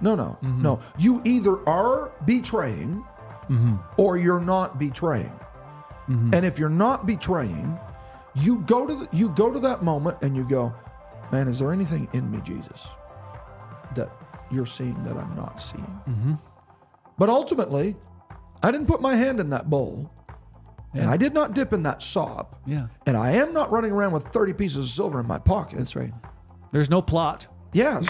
No, no, no. You either are betraying or you're not betraying. And if you're not betraying, you go to the, you go to that moment and you go, man, is there anything in me, Jesus, that you're seeing that I'm not seeing? But ultimately, I didn't put my hand in that bowl, and I did not dip in that sop, Yeah. and I am not running around with thirty pieces of silver in my pocket. That's right. There's no plot. Yes.